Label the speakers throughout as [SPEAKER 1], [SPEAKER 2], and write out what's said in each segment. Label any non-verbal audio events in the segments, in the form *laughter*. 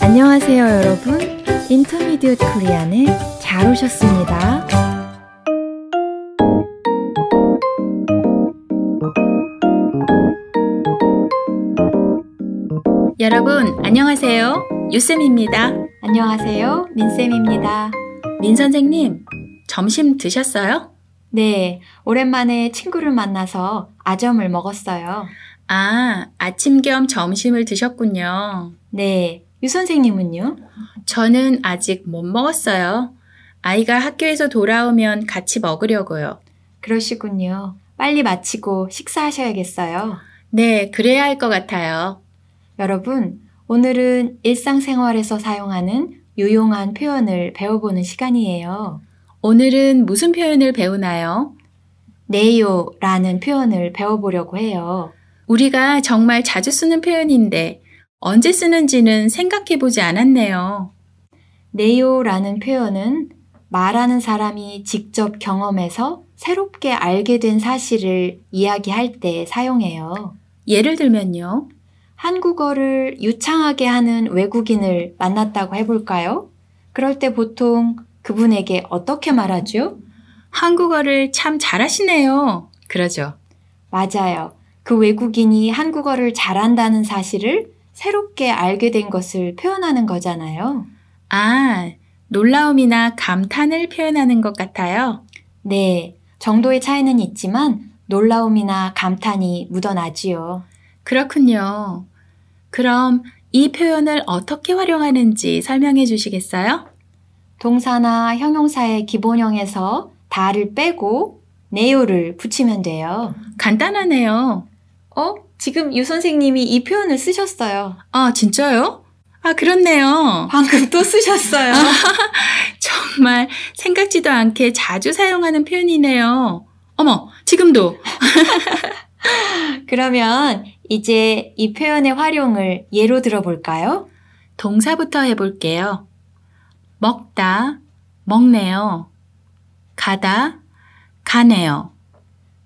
[SPEAKER 1] 안녕하세요, 여러분. 인터미디엇 코리안에 잘 오셨습니다.
[SPEAKER 2] 여러분, 안녕하세요. 유쌤입니다.
[SPEAKER 1] 안녕하세요, 민쌤입니다.
[SPEAKER 2] 민 선생님, 점심 드셨어요?
[SPEAKER 1] 네, 오랜만에 친구를 만나서 아점을 먹었어요.
[SPEAKER 2] 아, 아침 겸 점심을 드셨군요.
[SPEAKER 1] 네, 유 선생님은요?
[SPEAKER 2] 저는 아직 못 먹었어요. 아이가 학교에서 돌아오면 같이 먹으려고요.
[SPEAKER 1] 그러시군요. 빨리 마치고 식사하셔야겠어요.
[SPEAKER 2] 네, 그래야 할 것 같아요.
[SPEAKER 1] 여러분, 오늘은 일상생활에서 사용하는 유용한 표현을 배워보는 시간이에요.
[SPEAKER 2] 오늘은 무슨 표현을 배우나요?
[SPEAKER 1] 네, 네요라는 표현을 배워보려고 해요.
[SPEAKER 2] 우리가 정말 자주 쓰는 표현인데 언제 쓰는지는 생각해 보지 않았네요.
[SPEAKER 1] 네요라는 표현은 말하는 사람이 직접 경험해서 새롭게 알게 된 사실을 이야기할 때 사용해요.
[SPEAKER 2] 예를 들면요.
[SPEAKER 1] 한국어를 유창하게 하는 외국인을 만났다고 해볼까요? 그럴 때 보통 그분에게 어떻게 말하죠?
[SPEAKER 2] 한국어를 참 잘하시네요. 그러죠.
[SPEAKER 1] 맞아요. 그 외국인이 한국어를 잘한다는 사실을 새롭게 알게 된 것을 표현하는 거잖아요.
[SPEAKER 2] 아, 놀라움이나 감탄을 표현하는 것 같아요.
[SPEAKER 1] 네, 정도의 차이는 있지만 놀라움이나 감탄이 묻어나지요.
[SPEAKER 2] 그렇군요. 그럼 이 표현을 어떻게 활용하는지 설명해 주시겠어요?
[SPEAKER 1] 동사나 형용사의 기본형에서 다를 빼고 네요를 붙이면 돼요.
[SPEAKER 2] 간단하네요.
[SPEAKER 1] 어? 지금 유 선생님이 이 표현을 쓰셨어요.
[SPEAKER 2] 아, 진짜요? 아, 그렇네요.
[SPEAKER 1] 방금 또 *laughs* 쓰셨어요.
[SPEAKER 2] 정말 생각지도 않게 자주 사용하는 표현이네요. 어머, 지금도.
[SPEAKER 1] 그러면 이제 이 표현의 활용을 예로 들어볼까요?
[SPEAKER 2] 동사부터 해볼게요. 먹다, 먹네요. 가다, 가네요.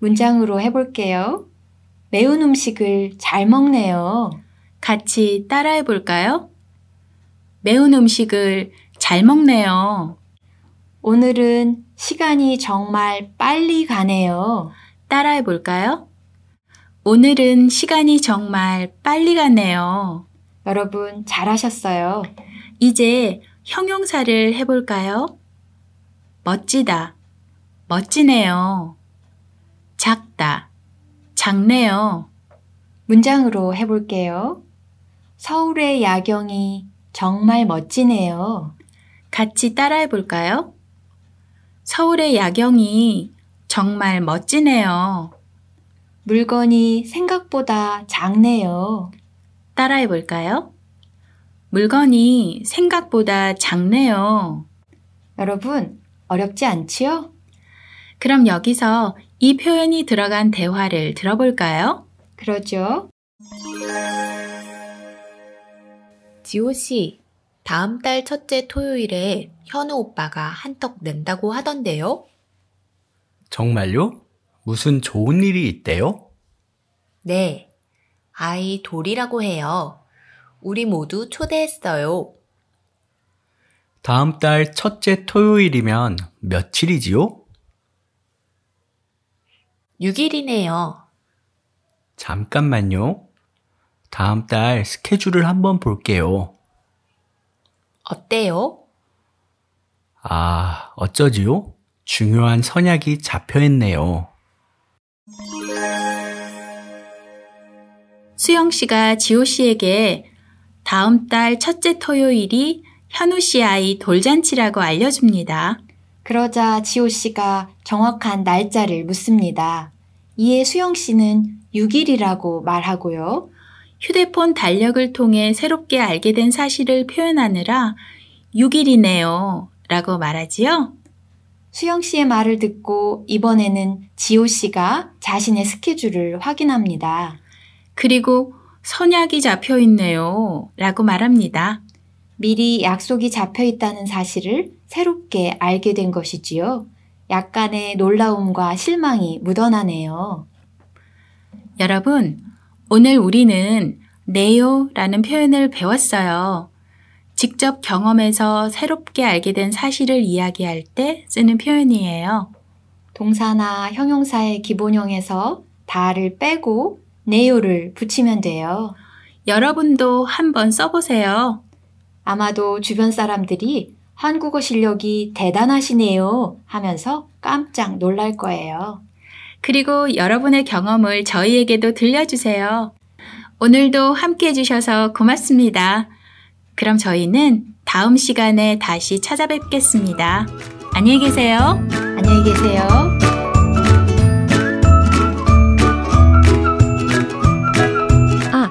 [SPEAKER 1] 문장으로 해볼게요. 매운 음식을 잘 먹네요.
[SPEAKER 2] 같이 따라해볼까요? 매운 음식을 잘 먹네요.
[SPEAKER 1] 오늘은 시간이 정말 빨리 가네요.
[SPEAKER 2] 따라해볼까요? 오늘은 시간이 정말 빨리 가네요.
[SPEAKER 1] 여러분, 잘하셨어요.
[SPEAKER 2] 이제 형용사를 해볼까요? 멋지다, 멋지네요. 작다, 작네요.
[SPEAKER 1] 문장으로 해볼게요. 서울의 야경이 정말 멋지네요.
[SPEAKER 2] 같이 따라해볼까요? 서울의 야경이 정말 멋지네요.
[SPEAKER 1] 물건이 생각보다 작네요.
[SPEAKER 2] 따라해볼까요? 물건이 생각보다 작네요.
[SPEAKER 1] 여러분, 어렵지 않지요?
[SPEAKER 2] 그럼 여기서 이 표현이 들어간 대화를 들어볼까요?
[SPEAKER 1] 그러죠.
[SPEAKER 3] 지호 씨, 다음 달 첫째 토요일에 현우 오빠가 한턱 낸다고 하던데요?
[SPEAKER 4] 정말요? 무슨 좋은 일이 있대요?
[SPEAKER 3] 네. 아이 돌이라고 해요. 우리 모두 초대했어요.
[SPEAKER 4] 다음 달 첫째 토요일이면 며칠이지요?
[SPEAKER 3] 6일이네요.
[SPEAKER 4] 잠깐만요. 다음 달 스케줄을 한번 볼게요.
[SPEAKER 3] 어때요?
[SPEAKER 4] 아, 어쩌지요? 중요한 선약이 잡혀있네요.
[SPEAKER 2] 수영 씨가 지호 씨에게 다음 달 첫째 토요일이 현우 씨 아이 돌잔치라고 알려줍니다.
[SPEAKER 1] 그러자 지호 씨가 정확한 날짜를 묻습니다. 이에 수영 씨는 6일이라고 말하고요.
[SPEAKER 2] 휴대폰 달력을 통해 새롭게 알게 된 사실을 표현하느라 6일이네요. 라고 말하지요.
[SPEAKER 1] 수영 씨의 말을 듣고 이번에는 지호 씨가 자신의 스케줄을 확인합니다.
[SPEAKER 2] 그리고 선약이 잡혀 있네요. 라고 말합니다.
[SPEAKER 1] 미리 약속이 잡혀 있다는 사실을 새롭게 알게 된 것이지요. 약간의 놀라움과 실망이 묻어나네요.
[SPEAKER 2] 여러분, 오늘 우리는 네요 라는 표현을 배웠어요. 직접 경험해서 새롭게 알게 된 사실을 이야기할 때 쓰는 표현이에요.
[SPEAKER 1] 동사나 형용사의 기본형에서 다를 빼고 네요를 붙이면 돼요.
[SPEAKER 2] 여러분도 한번 써보세요.
[SPEAKER 1] 아마도 주변 사람들이 한국어 실력이 대단하시네요 하면서 깜짝 놀랄 거예요.
[SPEAKER 2] 그리고 여러분의 경험을 저희에게도 들려주세요. 오늘도 함께 해주셔서 고맙습니다. 그럼 저희는 다음 시간에 다시 찾아뵙겠습니다. 안녕히 계세요.
[SPEAKER 1] 안녕히 계세요. 아,